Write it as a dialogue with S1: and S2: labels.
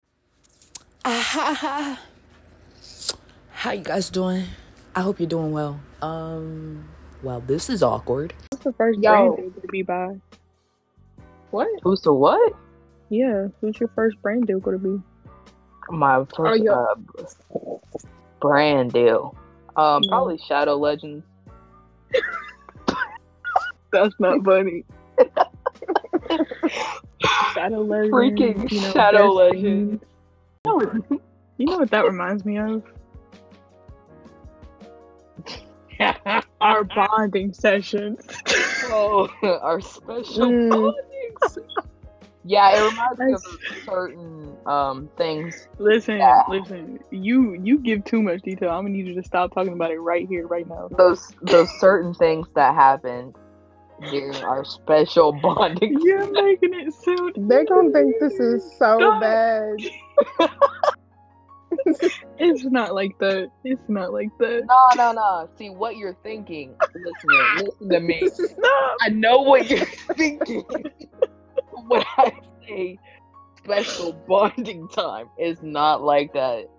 S1: Ah, how you guys doing? I hope you're doing well. Um, well, this is awkward.
S2: What's the first
S3: Yo.
S2: brand deal gonna be by?
S3: What?
S4: Who's the what?
S2: Yeah, who's your first brand deal gonna be?
S4: My first
S3: yeah.
S4: uh, brand deal. Um, probably Shadow Legends.
S2: That's not funny. Shadow Legends.
S4: Freaking Shadow
S2: Best Fiends.
S4: Legends.
S2: You know what- You know what that reminds me of? Our bonding session.
S4: oh, our special
S2: Mm.
S4: politics. Yeah, it reminds me
S2: That's-
S4: of certain um things.
S2: listen,
S4: Yeah.
S2: listen. You you give too much detail. I'm gonna need you to stop talking about it right here, right now.
S4: Those those certain things that happened during our special bonding.
S2: You're making it sound.
S3: They're gonna think this is so
S2: Don't.
S3: bad.
S2: It's not like that. It's not like that.
S4: No, no, no. See what you're thinking. Listen, listen to me.
S2: No.
S4: I know what you're thinking. when I say special bonding time, it's not like that.